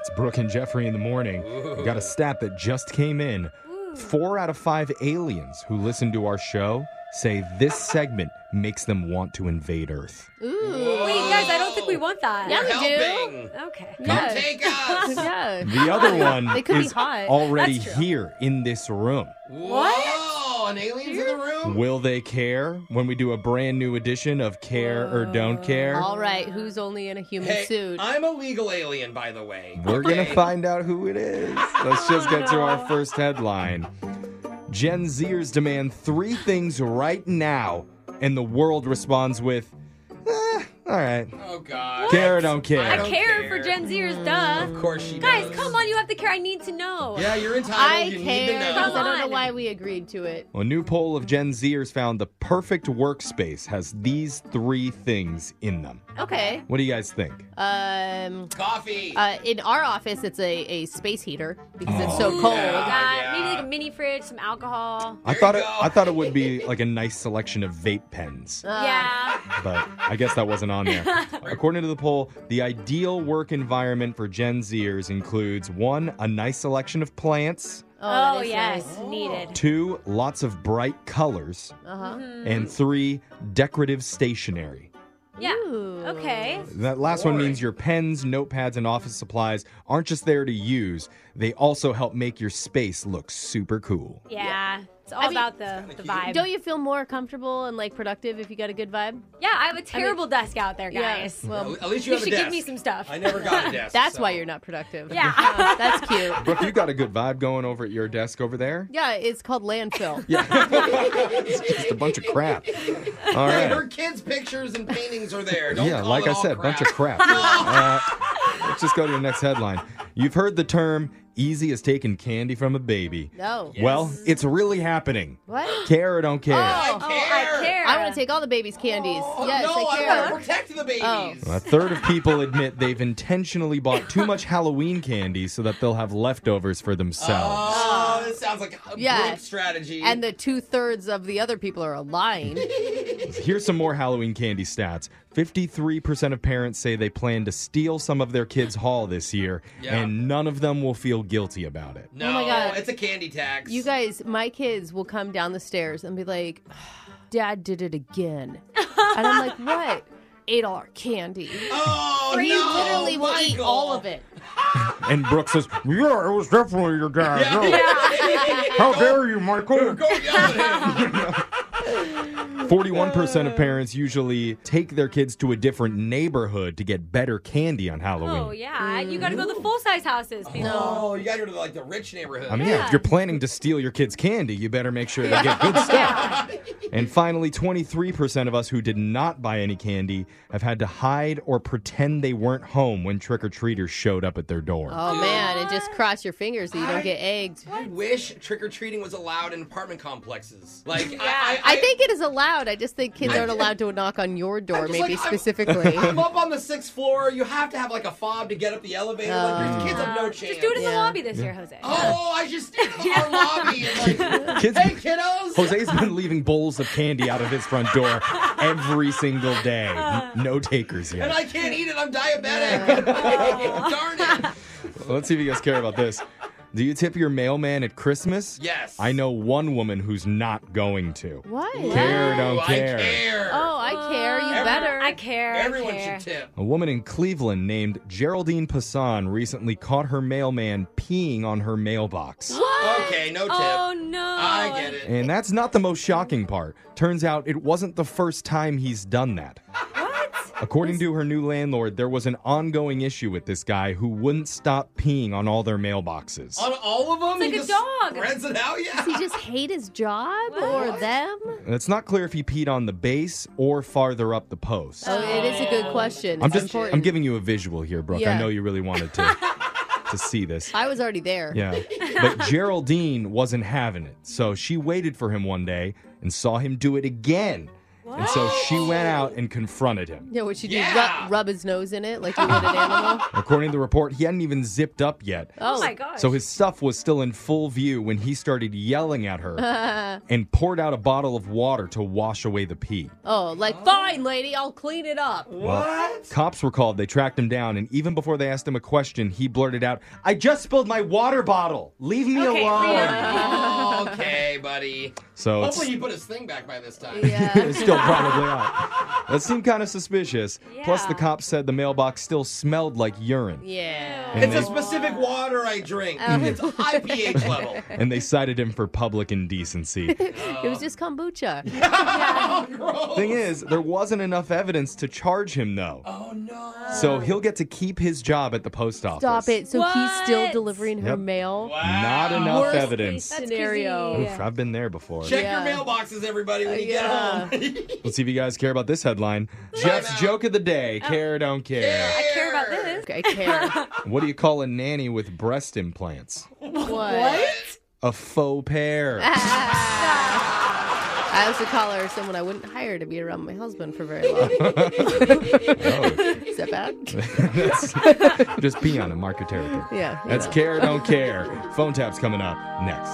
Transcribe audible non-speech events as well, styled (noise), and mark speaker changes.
Speaker 1: It's Brooke and Jeffrey in the morning. We got a stat that just came in. Four out of five aliens who listen to our show say this segment makes them want to invade Earth.
Speaker 2: Ooh.
Speaker 3: Wait, guys, I don't think we want that.
Speaker 2: Yeah,
Speaker 3: Yeah.
Speaker 2: we do.
Speaker 4: Helping.
Speaker 3: Okay.
Speaker 4: Come
Speaker 3: (laughs)
Speaker 2: Yes.
Speaker 4: take us.
Speaker 2: (laughs) Yeah.
Speaker 1: The other one
Speaker 2: They could be
Speaker 1: is
Speaker 2: hot.
Speaker 1: already
Speaker 3: That's true.
Speaker 1: here in this room.
Speaker 4: Whoa, an alien's in the room?
Speaker 1: Will they care when we do a brand new edition of Care or Don't Care?
Speaker 2: All right. Who's only in a human
Speaker 4: Hey,
Speaker 2: suit?
Speaker 4: I'm a legal alien, by the way.
Speaker 1: We're going to
Speaker 4: Okay.
Speaker 1: find out who it is. Let's just get to
Speaker 4: (laughs)
Speaker 1: our first headline Gen Zers demand three things right now, and the world responds with, eh, all right.
Speaker 4: Oh, God.
Speaker 1: Care or don't care?
Speaker 3: I
Speaker 4: don't
Speaker 3: care, for
Speaker 4: care.
Speaker 3: Gen Zers, duh.
Speaker 4: Of course she
Speaker 3: Guys,
Speaker 4: does.
Speaker 3: come on, you have to care. I need to know.
Speaker 4: Yeah, you're entitled.
Speaker 2: I
Speaker 4: you need to
Speaker 2: care.
Speaker 4: know.
Speaker 2: because I don't
Speaker 3: Come
Speaker 2: know
Speaker 3: on.
Speaker 2: why we agreed to it.
Speaker 1: A new poll of Gen Zers found the perfect workspace has these three things in them.
Speaker 2: Okay.
Speaker 1: What do you guys think?
Speaker 2: Um.
Speaker 4: Coffee.
Speaker 2: Uh, in our office, it's a, a space heater because it's so
Speaker 3: Ooh,
Speaker 2: cold.
Speaker 3: Uh,
Speaker 4: yeah.
Speaker 3: Maybe like a mini fridge, some alcohol.
Speaker 1: I
Speaker 4: There
Speaker 1: thought
Speaker 4: you
Speaker 1: it,
Speaker 4: go.
Speaker 1: I thought it would be like a nice selection of vape pens,
Speaker 2: Uh,
Speaker 3: yeah.
Speaker 1: but I guess that wasn't on there. According to the poll, the ideal work environment for Gen Zers includes one, a nice selection of plants,
Speaker 2: Oh,
Speaker 3: Oh,
Speaker 2: that is
Speaker 3: yes,
Speaker 2: nice.
Speaker 3: needed.
Speaker 1: two, lots of bright colors,
Speaker 2: Uh-huh.
Speaker 1: and three, decorative stationery.
Speaker 3: Yeah.
Speaker 2: Ooh.
Speaker 3: Okay.
Speaker 1: That last one
Speaker 4: Boring.
Speaker 1: means your pens, notepads, and office supplies aren't just there to use, they also help make your space look super cool.
Speaker 3: Yeah. It's all
Speaker 2: I mean,
Speaker 3: about the, the vibe.
Speaker 2: Don't you feel more comfortable and like productive if you got a good vibe?
Speaker 3: yeah, I have a terrible desk out there, guys.
Speaker 2: (laughs) Yeah. Well,
Speaker 4: At least you,
Speaker 3: you
Speaker 4: have
Speaker 3: should
Speaker 4: a desk.
Speaker 3: give me some stuff.
Speaker 4: I never
Speaker 2: (laughs)
Speaker 4: got a desk.
Speaker 2: that's
Speaker 4: so-
Speaker 2: why you're not
Speaker 4: (laughs)
Speaker 2: productive.
Speaker 3: Yeah.
Speaker 2: Uh, that's cute.
Speaker 1: Brooke, you got a good vibe going over at your desk over there?
Speaker 2: Yeah, it's called landfill.
Speaker 1: Just a
Speaker 4: (laughs)
Speaker 1: bunch of crap. All
Speaker 4: Hey, her
Speaker 1: right.
Speaker 4: kids' pictures and paintings are there. Don't
Speaker 1: Yeah,
Speaker 4: call
Speaker 1: like
Speaker 4: it
Speaker 1: I
Speaker 4: all
Speaker 1: said,
Speaker 4: crap.
Speaker 1: bunch of crap.
Speaker 4: (laughs)
Speaker 1: Uh, let's just go to the next headline. You've heard the term easy as taking candy from a baby.
Speaker 2: No.
Speaker 1: Well, it's really happening.
Speaker 2: What?
Speaker 1: Care or don't care?
Speaker 2: Oh.
Speaker 3: Oh, I care.
Speaker 2: I want to take all the baby's candies.
Speaker 4: Oh,
Speaker 2: yes,
Speaker 4: no,
Speaker 2: I
Speaker 4: I want
Speaker 2: care. Oh.
Speaker 4: to protect the babies.
Speaker 1: A third of people admit they've intentionally bought too much Halloween candy so that they'll have leftovers for themselves.
Speaker 4: Oh, this sounds like a
Speaker 2: Yeah.
Speaker 4: group strategy.
Speaker 2: And the two thirds of the other people are lying.
Speaker 1: Here's some more Halloween candy stats 53% of parents say they plan to steal some some of their kids' haul this year,
Speaker 4: Yeah.
Speaker 1: and none of them will feel guilty about it.
Speaker 4: no,
Speaker 2: Oh my God.
Speaker 4: it's a candy tax.
Speaker 2: You guys, my kids will come down the stairs and be like, (sighs) Dad did it again. And I'm like, what? (laughs) Ate all our candy.
Speaker 4: Oh,
Speaker 2: He
Speaker 4: no,
Speaker 2: literally will eat
Speaker 4: Michael.
Speaker 2: all of it.
Speaker 1: And Brooke says, Yeah, it was definitely your dad.
Speaker 4: Yeah.
Speaker 1: yeah. How dare you,
Speaker 4: Go
Speaker 1: Michael?
Speaker 4: yell at
Speaker 2: (laughs)
Speaker 4: him.
Speaker 1: 41% of parents usually take their kids to a different neighborhood to get better candy on Halloween.
Speaker 3: Oh, yeah. You got to go to the full size houses, people.
Speaker 4: Oh, you gotta go to like the rich neighborhood.
Speaker 1: I mean, yeah. if you're planning to steal your kids' candy, you better make sure they get good stuff. and finally, 23% of us who did not buy any candy have had to hide or pretend they weren't home when trick or treaters showed up at their door.
Speaker 2: Oh, man. And just cross your fingers so you don't get egged.
Speaker 4: I wish trick or treating was allowed in apartment complexes. Like, I- I,
Speaker 2: I think it is allowed. I just think kids aren't allowed to knock on your door,
Speaker 4: just
Speaker 2: maybe
Speaker 4: like, I'm- (laughs)
Speaker 2: specifically.
Speaker 4: I'm up on the sixth floor. You have to have like a fob to get up the elevator. like, there's kids have no chance.
Speaker 3: Um, Just do it in the
Speaker 2: Yeah.
Speaker 3: lobby this year, Jose.
Speaker 4: Oh, I just
Speaker 2: (laughs)
Speaker 4: our lobby
Speaker 1: (laughs)
Speaker 4: and like,
Speaker 1: Kids-
Speaker 4: hey kiddos.
Speaker 1: Jose's been leaving bowls of candy out of his front door every single day. No takers
Speaker 4: and
Speaker 1: yet.
Speaker 4: I can't eat it. I'm diabetic. (laughs) Darn it.
Speaker 1: Let's see if you guys care about this. Do you tip your mailman at Christmas?
Speaker 4: Yes.
Speaker 1: I know one woman who's not going to.
Speaker 2: (laughs) What?
Speaker 1: Care or
Speaker 4: Ooh,
Speaker 1: don't
Speaker 4: I care.
Speaker 2: Oh, I care. You better.
Speaker 3: I care.
Speaker 4: Everyone
Speaker 3: I care.
Speaker 4: should tip.
Speaker 1: A woman in Cleveland named Geraldine Passan recently caught her mailman peeing on her mailbox.
Speaker 3: What?
Speaker 4: Okay, no tip.
Speaker 3: Oh, no.
Speaker 4: I get it.
Speaker 1: And that's not the most shocking part. Turns out it wasn't the first time he's done that.
Speaker 3: What?
Speaker 1: According to her new landlord, there was an ongoing issue with this guy who wouldn't stop peeing on all their mailboxes.
Speaker 4: On all of them,
Speaker 3: It's like
Speaker 4: he
Speaker 3: a
Speaker 4: just
Speaker 3: dog.
Speaker 4: spreads it out. Yeah.
Speaker 3: (laughs)
Speaker 2: Does (laughs) he just hate his job or them?
Speaker 1: And it's not clear if he peed on the base or farther up the post.
Speaker 2: Oh, it is a good question.
Speaker 1: I'm
Speaker 2: It's
Speaker 1: just
Speaker 2: important.
Speaker 1: I'm giving you a visual here, Brooke. I
Speaker 2: Yeah.
Speaker 1: know you really wanted to to see
Speaker 2: (laughs)
Speaker 1: this.
Speaker 2: I was already there.
Speaker 1: Yeah. But Geraldine wasn't having it. So she waited for him one day and saw him do it again. And so she went out and confronted him.
Speaker 2: Yeah, what you do?
Speaker 4: Yeah.
Speaker 2: Rub, rub his nose in it like you
Speaker 4: (laughs)
Speaker 2: would an animal.
Speaker 1: According to the report, he hadn't even zipped up yet.
Speaker 3: Oh my gosh.
Speaker 1: So his stuff was still in full view when he started yelling at
Speaker 3: (laughs)
Speaker 1: her and poured out a bottle of water to wash away the pee.
Speaker 2: Oh, like fine, lady, I'll clean it up.
Speaker 4: What?
Speaker 1: Cops were called. They tracked him down, and even before they asked him a question, he blurted out, "I just spilled my water bottle. Leave me
Speaker 3: Okay,
Speaker 1: alone."
Speaker 3: Leon.
Speaker 4: Oh,
Speaker 3: (laughs)
Speaker 4: okay, buddy.
Speaker 1: So it's,
Speaker 4: Hopefully he put his thing back by this time.
Speaker 2: (laughs) Yeah.
Speaker 1: (laughs) it's still probably out. That seemed kind of suspicious. Plus, the
Speaker 3: Yeah.
Speaker 1: cops said the mailbox still smelled like urine.
Speaker 2: (laughs) Yeah.
Speaker 1: And
Speaker 4: It's
Speaker 1: they,
Speaker 4: a specific water I drink.
Speaker 2: Oh.
Speaker 4: It's a high pH
Speaker 3: (laughs)
Speaker 4: level.
Speaker 1: and they cited him for public indecency.
Speaker 2: (laughs) It was just kombucha.
Speaker 4: Oh, gross.
Speaker 1: Thing is, there wasn't enough evidence to charge him though.
Speaker 4: Oh no.
Speaker 1: So he'll get to keep his job at the post office.
Speaker 2: Stop it. So he's still
Speaker 3: What?
Speaker 2: delivering her
Speaker 1: Yep.
Speaker 2: mail.
Speaker 4: Wow.
Speaker 1: Not enough
Speaker 2: Worst
Speaker 1: evidence.
Speaker 2: case
Speaker 3: That's
Speaker 2: scenario.
Speaker 3: crazy.
Speaker 1: Oof, I've been there before.
Speaker 4: Check
Speaker 2: Yeah.
Speaker 4: your mailboxes, everybody, when you
Speaker 2: yeah.
Speaker 4: get home. (laughs)
Speaker 1: Let's see if you guys care about this headline. Jeff's
Speaker 4: out. Oh.
Speaker 1: joke of the day. Care, don't care.
Speaker 3: I care about this.
Speaker 2: Okay, I care.
Speaker 1: What do you call a nanny with breast implants?
Speaker 2: (laughs) what?
Speaker 1: A faux pair.
Speaker 2: Ah. I also call her someone I wouldn't hire to be around my husband for (laughs)
Speaker 1: (laughs)
Speaker 2: very long.
Speaker 1: Oh,
Speaker 2: Is that bad?
Speaker 1: (laughs) that's, just pee on him. Mark your territory.
Speaker 2: Yeah. you
Speaker 1: That's
Speaker 2: know.
Speaker 1: care, don't care. Phone tap's coming up next.